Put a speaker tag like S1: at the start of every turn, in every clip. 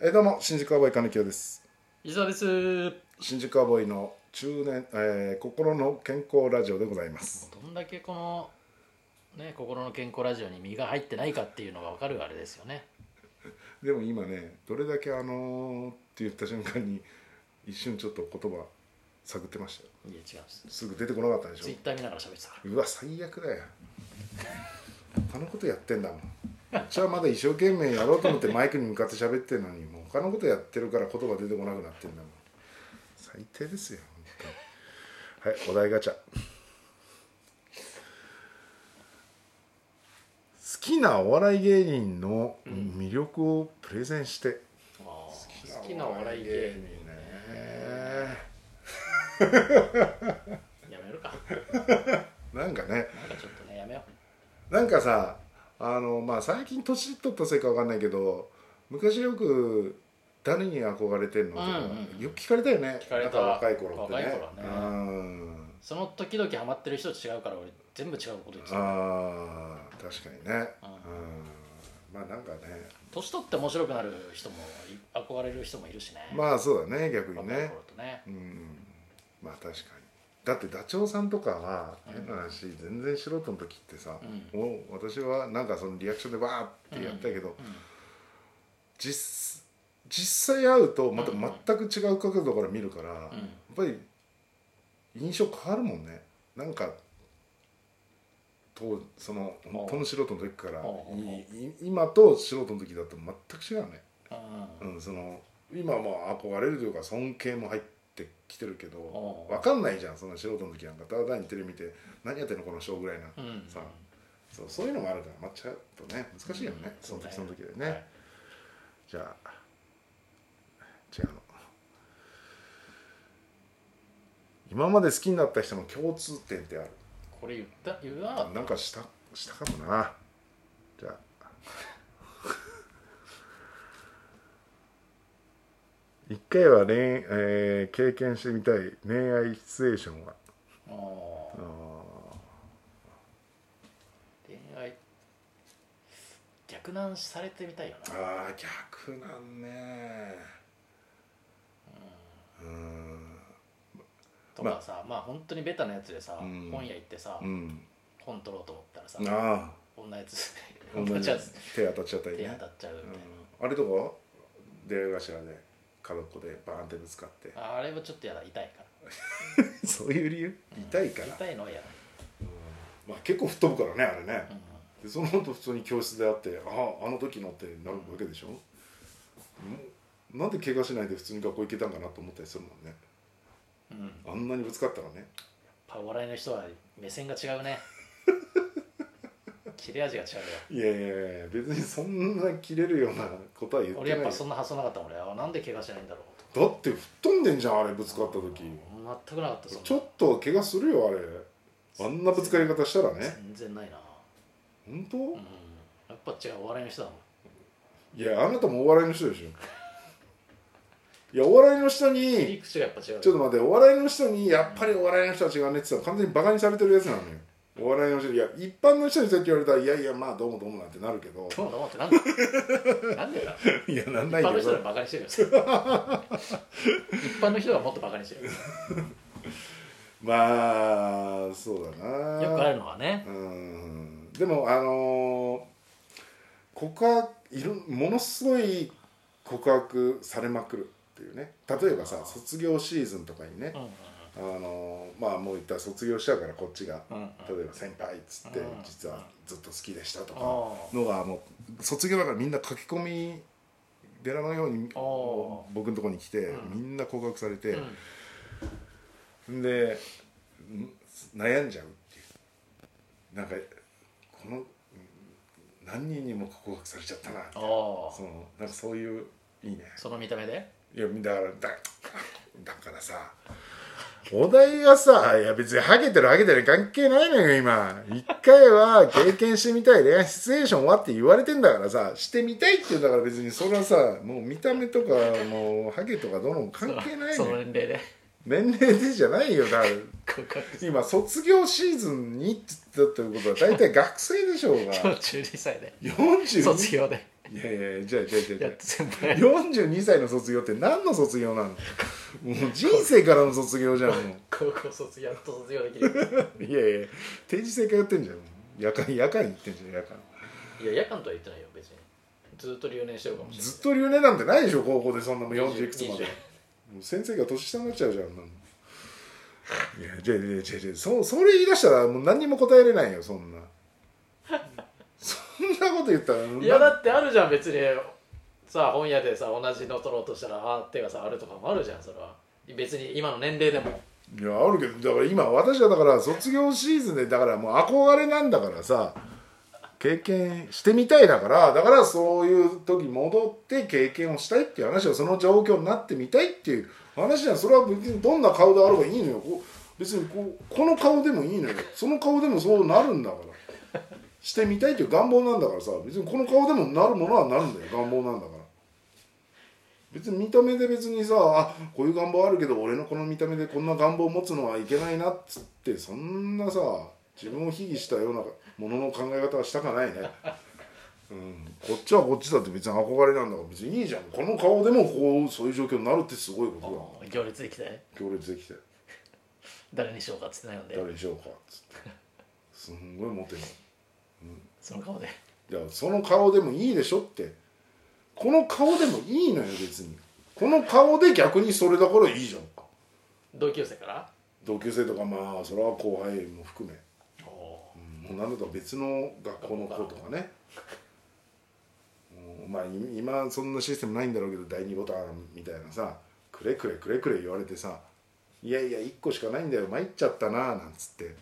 S1: えーどうも新宿アボイ金城です
S2: 石田です。ど
S1: 新宿アボイの中年、えー心の健康ラジオでございます
S2: んだけこの、ね、心の健康ラジオに身が入ってないかっていうのが分かるあれですよね。
S1: でも今ねどれだけあのーって言った瞬間に一瞬ちょっと言葉探ってましたよ
S2: いや、違うんです。
S1: すぐ出てこなかったでし
S2: ツイッター見ながら喋ってたか
S1: ょうわ最悪だよ他のことやってんだもんこっちはまだ一生懸命やろうと思ってマイクに向かって喋ってるのにもう他のことやってるから言葉出てこなくなってんだもん最低ですよ本当にはいお題ガチャ好きなお笑い芸人の魅力をプレゼンして、
S2: ら。あー好きなお笑い芸
S1: 人ね
S2: 人。やめるか。
S1: なんかね
S2: なんかちょっとね、やめよ
S1: なんかさあのまあ最近年取ったせいかわかんないけど昔よく誰に憧れてんのとか、
S2: うんうんうん
S1: よく聞かれたよね
S2: 聞かれた
S1: なん若い頃ってね
S2: 若い頃ね
S1: うん
S2: う。その時々ハマってる人と違うから、俺、全部違うこと言ってた。
S1: あー確かにね、
S2: うん
S1: うん、まあなんかね
S2: 年取って面白くなる人もい、憧れる人もいるしね。
S1: まあそうだね逆
S2: 若
S1: に
S2: い
S1: ね
S2: 頃とね。
S1: うんまあ確かにだってダチョウさんとかは
S2: うん
S1: 変な話、全然素人の時ってさ、
S2: う
S1: もう私はなんかそのリアクションでバーってやったけど、
S2: うん
S1: 実実際会うとまた
S2: うんうん
S1: 全く違う角度から見るから、や
S2: う
S1: っ
S2: ん
S1: ぱり印象変わるもんねなんかとその本当の素人の時から
S2: ほうほうほ
S1: いい今と素人の時だと全く違うね、
S2: うん
S1: うん、その今はもう憧れるというか尊敬も入ってきてるけど
S2: お
S1: 分かんないじゃんその素人の時なんかただ単にテレビ見て何やってんのこの人ぐらいな、
S2: ううん
S1: さそうそういうのもあるからまあちょっとね難しいよね、
S2: うん
S1: その時そ
S2: そう
S1: の
S2: だよ
S1: 時でね、
S2: はい
S1: じゃあ違うの今まで好きになった人の共通点ってある
S2: これ言った言うな
S1: なんかしたしたかもなじゃあ 一回は恋、えー経験してみたい恋愛シチュエーションは
S2: おー
S1: あ
S2: 恋愛逆難されてみたいよ
S1: ー
S2: な
S1: あー逆なんねうん
S2: とかさ、まあ本当にベタなやつでさ、
S1: うん
S2: 本屋行ってさ、
S1: うん
S2: 本取ろうと思ったらさ、
S1: ああ
S2: こんなやつ
S1: 同
S2: 同
S1: じ
S2: じやつ
S1: 手当たっちゃったり
S2: 手
S1: ね
S2: 当たっちゃうみたい
S1: うんあれとか出会い頭で角っこでバーンってぶつかって
S2: な、ああれはちょっとやだ痛いか
S1: そういう理由痛いからら、
S2: 痛いのはや
S1: まあ、結構吹っ飛ぶからねあれね
S2: だ、う、ん
S1: でその後普通に教室で会ってあああの時のってなるわけでしょ、んなんで怪我しないで普通に学校行けたんかなと思ったりするもんね
S2: うん、やっ
S1: あんなにぶつかったらね
S2: ぱお笑いの人は目線が違 うね切れ味が違うよ
S1: いやいやいや別にそんな切れるようなことは言ってない
S2: 俺
S1: よ
S2: やっぱそんな発想なかったもん俺あなんで怪我しないんだろうとか
S1: だって吹っ飛んでんじゃんあれぶつかった時
S2: 全くなかったそんな
S1: ちょっと怪我するよあれあんなぶつかり方したらね
S2: 全然ないな
S1: 本当、
S2: うんやっぱ違うお笑いの人だもん
S1: いやあなたもお笑いの人でしょいやお笑いの人
S2: 切
S1: に
S2: り口がやっぱ違うよ
S1: ちょっと待ってお笑いの人にやっぱりお笑いの人は違うねって言ったら完全にバカにされてるやつなのよお笑いの人にいや一般の人にそうやって言われたらいやいやまあどうもどうもなんてなるけど
S2: どうもどうもってなんだなんでだ
S1: いやなん
S2: 一
S1: ない
S2: 般の
S1: け
S2: 人
S1: ど
S2: らバカにしてるよ一般の人がもっとバカにしてるよ
S1: まあそうだな
S2: よくあるのはね
S1: うんでもあのー告白いろものすごい告白されまくるっていうね例えばさ卒業シーズンとかにね
S2: うんうん
S1: あのーまあもう言ったら卒業しちゃうからこっちが
S2: うんうん
S1: 例えば先輩っつって
S2: うん
S1: 実はずっと好きでしたとか
S2: あ
S1: のがもう卒業だからみんな書き込み寺のように
S2: あ
S1: もう僕のとこに来て
S2: うん
S1: みんな告白され
S2: あ
S1: て
S2: うん
S1: んでん悩んじゃうっていうなんかこのん何人にも告白されちゃったなみたいな
S2: ああ
S1: そのなんかそういういいね
S2: その見た目で
S1: いやだからだだからさお題がさいや別にハゲてるハゲてる関係ないのよ今一回は経験してみたい恋愛シチュエーションはって言われてんだからさしてみたいって言うんだから別にそれはさもう見た目とかもうハゲとかどうのも関係ない
S2: そ
S1: の
S2: の
S1: よ
S2: 年齢で
S1: 年齢でじゃないよだから
S2: 告白
S1: 今卒業シーズンにって言ったということは大体学生でしょうが
S2: 42歳で卒
S1: 42
S2: 業で
S1: いやいやいやじゃあじゃあじゃあじ
S2: や
S1: ゃ
S2: っ
S1: あ
S2: と先輩
S1: 42歳の卒業って何の卒業なのもう人生からの卒業じゃんも
S2: 高校卒やっと卒業できる
S1: ういやいや定時制通ってんじゃんもう夜間夜間行ってんじゃん夜間
S2: いや夜間とは言ってないよ別にずっと留年してるかもしれない
S1: ずっと留年なんてないでしょ高校でそんなもん40いくつま
S2: 20
S1: でもう先生が年下になっちゃうじゃんあんなのいやじゃあじゃあじゃあじゃあそそれ言い出したらもう何にも答えれないよそんなそんなこと言ったら
S2: いやだってあるじゃん別にさあ本屋でさ同じの取ろうとしたらあー手がさあるとかもあるじゃんそれは別に今の年齢でも
S1: いやあるけどだから今私はだから卒業シーズンでだからもう憧れなんだからさ経験してみたいだからだからそういう時戻って経験をしたいっていう話はその状況になってみたいっていう話じゃんそれは別にどんな顔であればいいのよこう別にこうこの顔でもいいのよその顔でもそうなるんだからしてみたいっていう願望なんだからさ別にこの顔でもなるものはなるんだよ願望なんだから。別に見た目で別にさあこういう願望あるけど俺のこの見た目でこんな願望を持つのはいけないなっつってそんなさ自分を卑下したようなものの考え方はしたかないね、 うん、こっちはこっちだって別に憧れなんだから別にいいじゃんこの顔でもこうそういう状況になるってすごいことだ
S2: 行列できて
S1: 行列できて
S2: 誰にしようかっつって悩んで
S1: 誰にしようかっつってすんごいモテる
S2: その顔で
S1: いやその顔でもいいでしょってこの顔でもいいのよ別にこの顔で逆にそれだからいいじゃんか
S2: 同級生から
S1: 同級生とかまあそれは後輩も含め、
S2: おお
S1: うん、もう何だったら別の学校の子とかねうんまあい今そんなシステムないんだろうけど第2ボタンみたいなさくれくれくれくれ言われてさ「いやいや1個しかないんだよ参っちゃったな」なんつって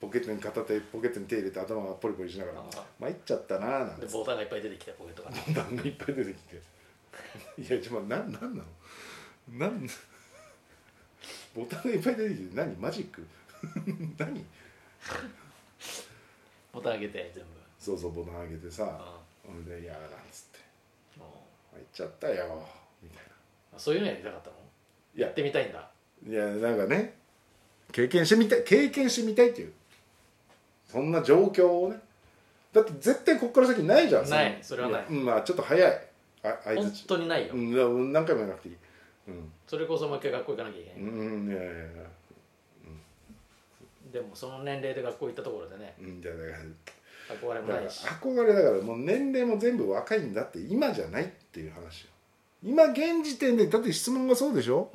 S1: ポケットに片手ポケットに手入れて頭がポリポリしながら
S2: ああ
S1: 「参っちゃったな」なん
S2: ーで
S1: て
S2: ボタンがいっぱい出てきたポケットが
S1: ボタンがいっぱい出てきて「いやちょっと何なのなんボタンがいっぱい出てきて何マジック 何
S2: ボタン上げて全部
S1: そうそうボタン上げてさ
S2: あ
S1: ほんで「いやー」なんつって
S2: ーお
S1: 「入っちゃったよ」みたいな
S2: ーそういうのやりたかったの
S1: いや
S2: やってみたいんだ
S1: いやなんかね経験してみたい経験してみたいっていうそんな状況をねだって絶対こっから先ないじゃんの
S2: ないそれはない
S1: やうんまあちょっと早いあ相
S2: 本
S1: づち
S2: 当にないよ、
S1: うんいやうん何回もやらなくていいうん
S2: それこそもう一回学校行かなきゃいけない、
S1: うんいやいやいや
S2: でもその年齢で学校行ったところでね
S1: うんじゃあだから
S2: 憧れも
S1: だか
S2: な
S1: ら
S2: いし
S1: 憧れだからもう年齢も全部若いんだって今じゃないっていう話よ今現時点でだって質問がそうでしょ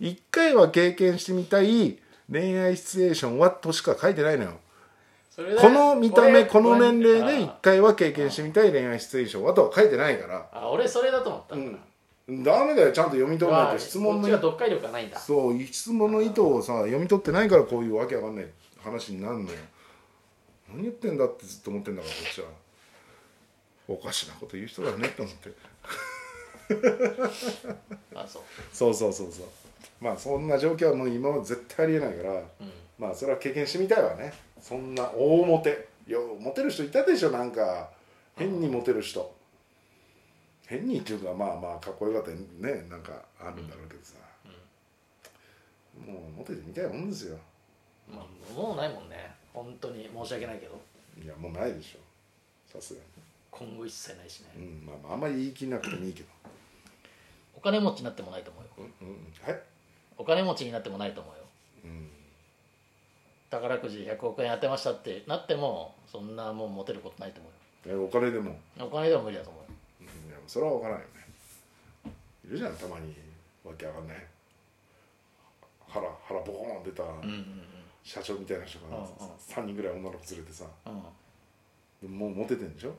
S1: 一回は経験してみたい恋愛シチュエーションはとしか書いてないのよ
S2: それで
S1: この見た目
S2: 俺
S1: この年齢
S2: 俺
S1: で一回は経験してみたい恋愛シチュエーションはとは書いてないから
S2: あ俺それだと思ったんだな、
S1: うんダメだよちゃんと読み取らない
S2: まあ
S1: と質問
S2: こっ
S1: の
S2: ちが読解力がないんだ
S1: そう質問の意図をさ読み取ってないからこういうわけわかんない話になるのよ何言ってんだってずっと思ってんだからこっちはおかしなこと言う人だねって思って
S2: あそう
S1: そうそうそうそうまあそんな状況はもう今は絶対ありえないから
S2: うん
S1: まあそれは経験してみたいわねそんな大モテよモテる人いたでしょなんか変にモテる人変にっていうかまあまあかっこよかったりねなんかあるんだろうけどさ、もうモテてみたいもんですよ
S2: まあ、もうないもんね本当に申し訳ないけど
S1: いやもうないでしょさすが
S2: 今後一切ないしね、
S1: にうんまあまああんまり言い切んなくてもいいけど
S2: お金持ちになってもないと思うよ
S1: うんうんはい
S2: お金持ちになってもないと思うよ
S1: うん
S2: 宝くじ100億円当てましたってなってもそんなもん持てることないと思
S1: えお金でも
S2: うよお金でも無理だと思うよ
S1: うんいやそれは分からんよねいるじゃんたまにわけわかんない腹腹ボコーン出た
S2: うんうん
S1: 社長みたいな人が
S2: うんうん
S1: 3人ぐらい女の子連れてさ
S2: うんうん
S1: もうモテてんでしょ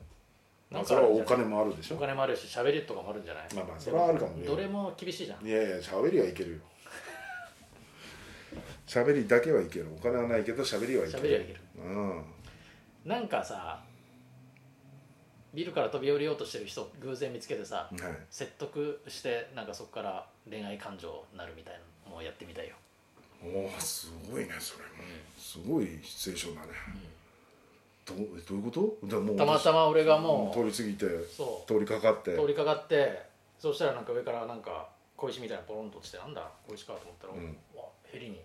S1: ま
S2: な
S1: あ
S2: ん
S1: そ
S2: かあ
S1: れは
S2: るん
S1: お
S2: じゃない
S1: 金もあるでし
S2: お
S1: ょ
S2: 金もあるし喋りとかもあるんじゃない
S1: まあまあそれはあるかもね
S2: どれも厳しいじゃん
S1: いやいや喋りはいけるよ 喋りだけはいけるお金はないけど喋りはいける
S2: 喋りはいける
S1: うん
S2: なんかさビルから飛び降りようとしてる人偶然見つけてさ
S1: はい
S2: 説得してなんかそこから恋愛感情になるみたいなのをやってみたいよ
S1: おおすごいねそれもすごいシチュエーションだね、どうどういうことだからもう
S2: たまたま俺がもう
S1: 通り過ぎて
S2: そう
S1: 通りかかって
S2: 通りかかってそしたらなんか上からなんか小石みたいなのポロンと落ちてなんだ小石かと思ったら、
S1: うん
S2: うわヘリに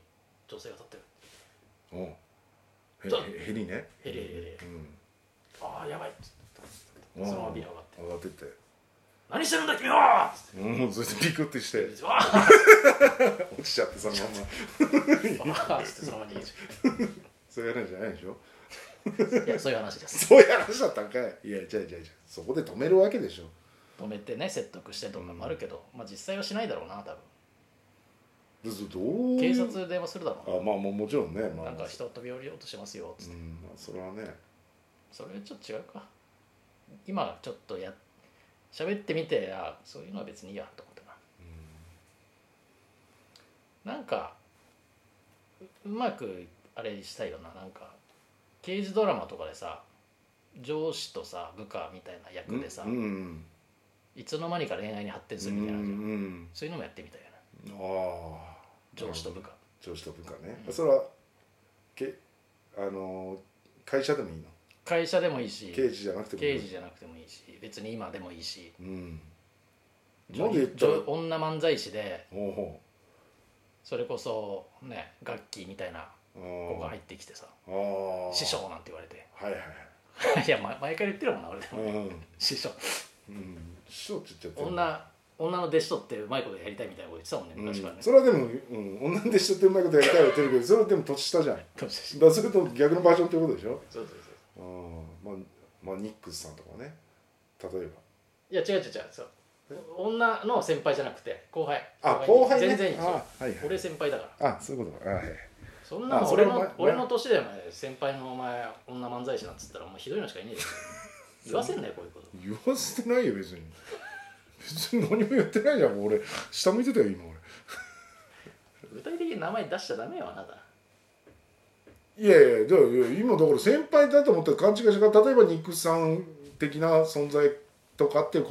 S2: 女性が立ってる
S1: おうへ
S2: だ
S1: へヘリね
S2: ヘリヘリヘリ
S1: うん
S2: ああやばいっつって
S1: うん
S2: そのままビール上がって
S1: 上がってって
S2: 「何してるんだ君は!」っつって
S1: うんそれでピクってして
S2: 「わーっ!
S1: 落ちちゃってそのまま」
S2: わーっつってそのまま逃げち
S1: そういう話じゃないでしょ
S2: ゃ ういやそういう話です
S1: そういう話だったんかいいやじゃあじゃあじゃあそこで止めるわけでしょ
S2: 止めてね説得してとかもあるけど、まあ実際はしないだろうな多
S1: で
S2: 分
S1: そどういう
S2: 警察電話するだろ
S1: あまあもうもちろんね
S2: う
S1: まあ
S2: ななんか人飛び降りようとしてますよっつって、
S1: うんまあそれはね
S2: それはちょっと違うか今ちょっとや喋ってみてあそういうのは別にいいやと思ったななんかううまくあれしたいよななんか刑事ドラマとかでさ上司とさ部下みたいな役でさ、
S1: うんうん
S2: いつの間にか恋愛に発展す
S1: う
S2: るみたいなのあるじゃん、
S1: ん
S2: そういうのもやってみたいよな
S1: うんああ
S2: 上司と部下、
S1: 上司と部下ねそれはけあの会社でもいいの
S2: 会社でもいいし
S1: 刑事じゃなくてもいい
S2: 刑
S1: の
S2: 事じゃなくてもいいし別に今でもいいし
S1: うん
S2: 女
S1: なんで言ったら
S2: 女女漫才師で
S1: ほうほ
S2: それこそねガッキーみたいな
S1: う
S2: 子が
S1: あ
S2: 入ってきてさ
S1: あ
S2: 「師匠」なんて言われて
S1: はいはい
S2: いやま毎回言ってるもんな俺で
S1: はい
S2: も師匠
S1: うん師匠って言っちゃってる
S2: 女女の弟子取ってうまいことやりたいみたいなこと言ってたもんね
S1: うん
S2: 昔からね、
S1: それはでも、うん、女の弟子とってうまいことやりたいは言ってるけどそれはでも年下じゃんだか
S2: そうそう
S1: らそれと逆のバージョンってことでしょ
S2: そうそう
S1: あー、まあ、まあニックスさんとかね例え
S2: いや違う違う違うそう女の先輩じゃなくて後輩
S1: ばあ後輩ね
S2: 全然いい
S1: あ
S2: そう
S1: はいはい
S2: 俺先輩だから
S1: あそういうことかあはい
S2: そんな
S1: あ
S2: の
S1: それ
S2: 俺
S1: は
S2: の
S1: お前
S2: 俺の年でお前先輩のお前女漫才師なんつったらお前ひどいのしかいねえよ 言わせんなよこういうこと
S1: 言わせてないよ別に別に何も言ってないじゃんもう俺下向いてたよ今
S2: 具体的に名前出しちゃダメよあなた
S1: 俺いやいやじゃあいや今だから先輩だと思って勘違いしたから例えばニックスさん的な存在とかっていう